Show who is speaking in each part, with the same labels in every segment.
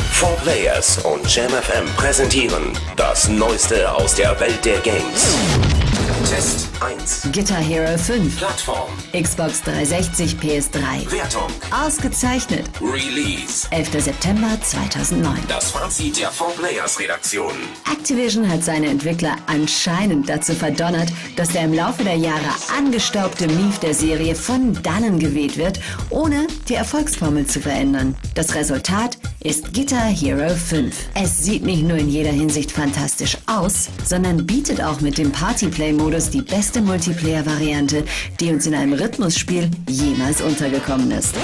Speaker 1: 4 Players und JamFM präsentieren das Neueste aus der Welt der Games. Test 1.
Speaker 2: Guitar Hero 5,
Speaker 1: Plattform.
Speaker 2: Xbox 360, PS3.
Speaker 1: Wertung.
Speaker 2: Ausgezeichnet.
Speaker 1: Release.
Speaker 2: 11. September 2009.
Speaker 1: Das Fazit der 4 Players Redaktion.
Speaker 2: Activision hat seine Entwickler anscheinend dazu verdonnert, dass der im Laufe der Jahre angestaubte Mief der Serie von dannen geweht wird, ohne die Erfolgsformel zu verändern. Das Resultat ist Guitar Hero 5. Es sieht nicht nur in jeder Hinsicht fantastisch aus, sondern bietet auch mit dem Partyplay-Modus die beste Multiplayer-Variante, die uns in einem Rhythmusspiel jemals untergekommen ist.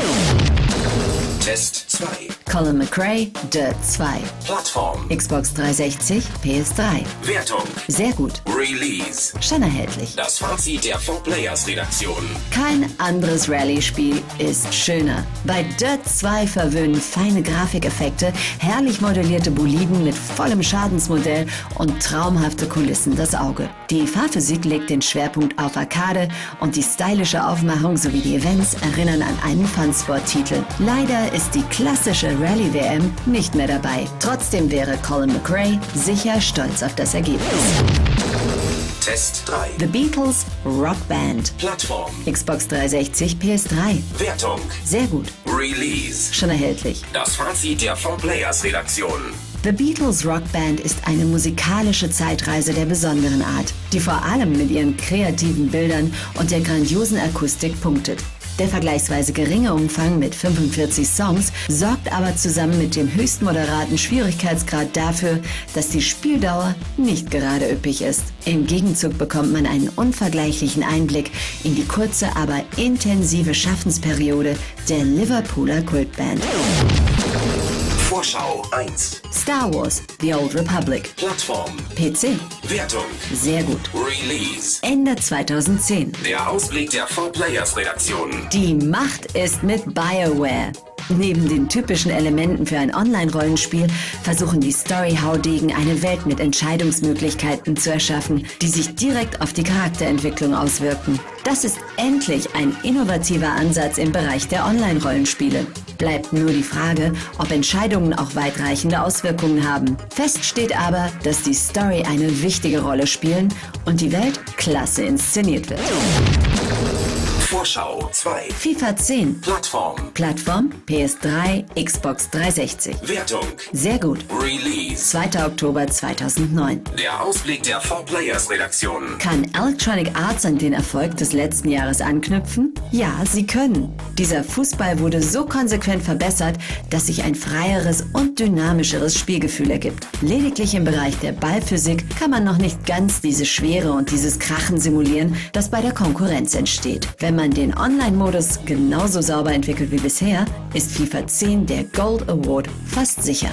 Speaker 1: Test 2.
Speaker 2: Colin McRae, Dirt 2,
Speaker 1: Plattform.
Speaker 2: Xbox 360, PS3.
Speaker 1: Wertung.
Speaker 2: Sehr gut.
Speaker 1: Release.
Speaker 2: Schon erhältlich.
Speaker 1: Das Fazit der 4 Players Redaktion.
Speaker 2: Kein anderes Rallye-Spiel ist schöner. Bei Dirt 2 verwöhnen feine Grafikeffekte, herrlich modellierte Boliden mit vollem Schadensmodell und traumhafte Kulissen das Auge. Die Fahrphysik legt den Schwerpunkt auf Arcade und die stylische Aufmachung sowie die Events erinnern an einen Fansport-Titel. Leider ist die klassische Rallye-WM nicht mehr dabei. Trotzdem wäre Colin McRae sicher stolz auf das Ergebnis.
Speaker 1: Test 3.
Speaker 2: The Beatles Rock Band.
Speaker 1: Plattform.
Speaker 2: Xbox 360, PS3.
Speaker 1: Wertung.
Speaker 2: Sehr gut.
Speaker 1: Release.
Speaker 2: Schon erhältlich.
Speaker 1: Das Fazit der 4 Players Redaktion.
Speaker 2: The Beatles Rock Band ist eine musikalische Zeitreise der besonderen Art, die vor allem mit ihren kreativen Bildern und der grandiosen Akustik punktet. Der vergleichsweise geringe Umfang mit 45 Songs sorgt aber zusammen mit dem höchst moderaten Schwierigkeitsgrad dafür, dass die Spieldauer nicht gerade üppig ist. Im Gegenzug bekommt man einen unvergleichlichen Einblick in die kurze, aber intensive Schaffensperiode der Liverpooler Kultband.
Speaker 1: Vorschau 1.
Speaker 2: Star Wars The Old Republic.
Speaker 1: Plattform.
Speaker 2: PC.
Speaker 1: Wertung.
Speaker 2: Sehr gut.
Speaker 1: Release.
Speaker 2: Ende 2010.
Speaker 1: Der Ausblick der 4 Players Redaktion.
Speaker 2: Die Macht ist mit BioWare. Neben den typischen Elementen für ein Online-Rollenspiel versuchen die Story-Haudegen eine Welt mit Entscheidungsmöglichkeiten zu erschaffen, die sich direkt auf die Charakterentwicklung auswirken. Das ist endlich ein innovativer Ansatz im Bereich der Online-Rollenspiele. Bleibt nur die Frage, ob Entscheidungen auch weitreichende Auswirkungen haben. Fest steht aber, dass die Story eine wichtige Rolle spielen und die Welt klasse inszeniert wird.
Speaker 1: Vorschau 2.
Speaker 2: FIFA 10
Speaker 1: Plattform.
Speaker 2: Plattform PS3, Xbox 360.
Speaker 1: Wertung.
Speaker 2: Sehr gut.
Speaker 1: Release.
Speaker 2: 2. Oktober 2009.
Speaker 1: Der Ausblick der 4 Players Redaktion.
Speaker 2: Kann Electronic Arts an den Erfolg des letzten Jahres anknüpfen? Ja, sie können. Dieser Fußball wurde so konsequent verbessert, dass sich ein freieres und dynamischeres Spielgefühl ergibt. Lediglich im Bereich der Ballphysik kann man noch nicht ganz diese Schwere und dieses Krachen simulieren, das bei der Konkurrenz entsteht. Wenn man den Online-Modus genauso sauber entwickelt wie bisher, ist FIFA 10 der Gold Award fast sicher.